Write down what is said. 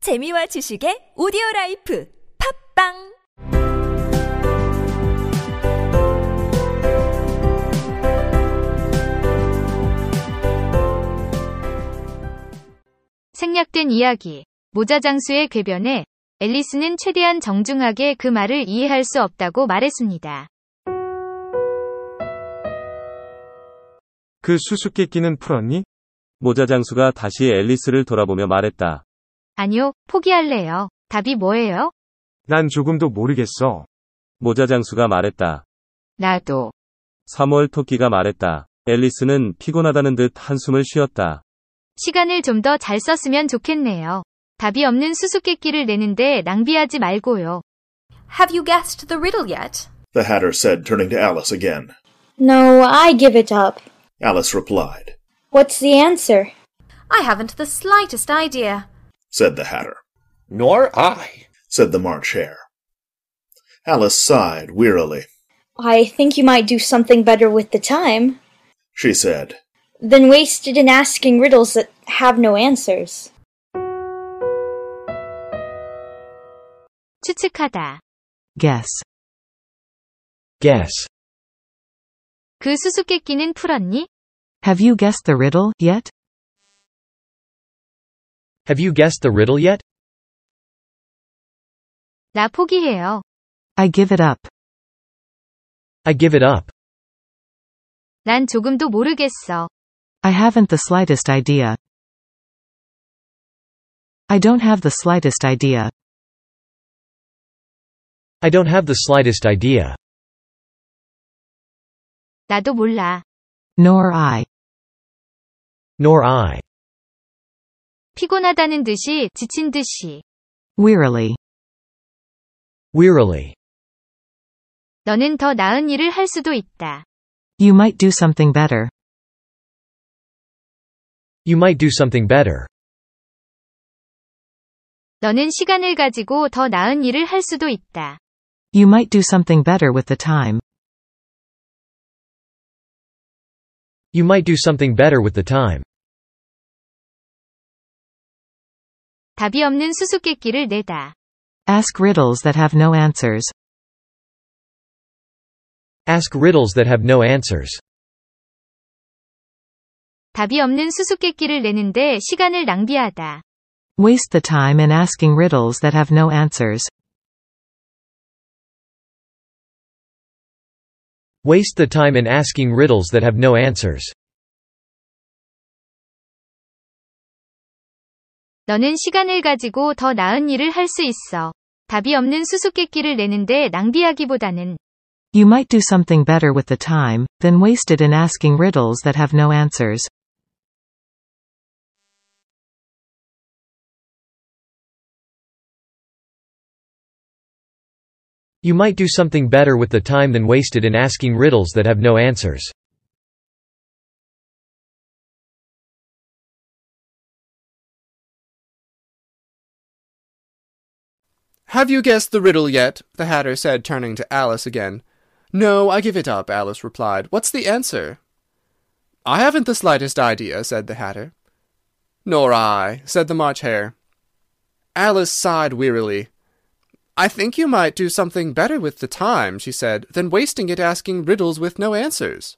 재미와 지식의 오디오 라이프 팝빵 생략된 이야기. 모자장수의 궤변에 앨리스는 최대한 정중하게 그 말을 이해할 수 없다고 말했습니다. 그 수수께끼는 풀었니? 모자 장수가 다시 앨리스를 돌아보며 말했다. 아니요, 포기할래요. 답이 뭐예요? 난 조금도 모르겠어. 모자 장수가 말했다. 나도. 사월 토끼가 말했다. 앨리스는 피곤하다는 듯 한숨을 쉬었다. 시간을 좀 더 잘 썼으면 좋겠네요. 답이 없는 수수께끼를 내는데 낭비하지 말고요. Have you guessed the riddle yet? the Hatter said, turning to Alice again. No, I give it up. Alice replied, What's the answer? I haven't the slightest idea. said the Hatter, Nor I. said the March Hare. Alice sighed wearily. I think you might do something better with the time She said, than waste it in asking riddles that have no answers. 추측하다. Guess. Guess. 그 수수께끼는 풀었니? Have you guessed the riddle yet? Have you guessed the riddle yet? 나 포기해요. I give it up. I give it up. 난 조금도 모르겠어. I haven't the slightest idea. I don't have the slightest idea. I don't have the slightest idea. 나도 몰라. Nor I. Nor I. 피곤하다는 듯이 지친 듯이. Wearily. Wearily. 너는 더 나은 일을 할 수도 있다. You might do something better. You might do something better. 너는 시간을 가지고 더 나은 일을 할 수도 있다. You might do something better with the time. You might do something better with the time. 답이 없는 수수께끼를 내다. Ask riddles that have no answers. Ask riddles that have no answers. 답이 없는 수수께끼를 내는데 시간을 낭비하다. Waste the time in asking riddles that have no answers. Waste the time in asking riddles that have no answers. 너는 시간을 가지고 더 나은 일을 할 수 있어. 답이 없는 수수께끼를 내는데 낭비하기보다는 You might do something better with the time than waste it in asking riddles that have no answers. You might do something better with the time than wasted in asking riddles that have no answers. Have you guessed the riddle yet? the Hatter said, turning to Alice again. No, I give it up, Alice replied. What's the answer? I haven't the slightest idea, said the Hatter. Nor I, said the March Hare. Alice sighed wearily. I think you might do something better with the time, she said, than wasting it asking riddles with no answers.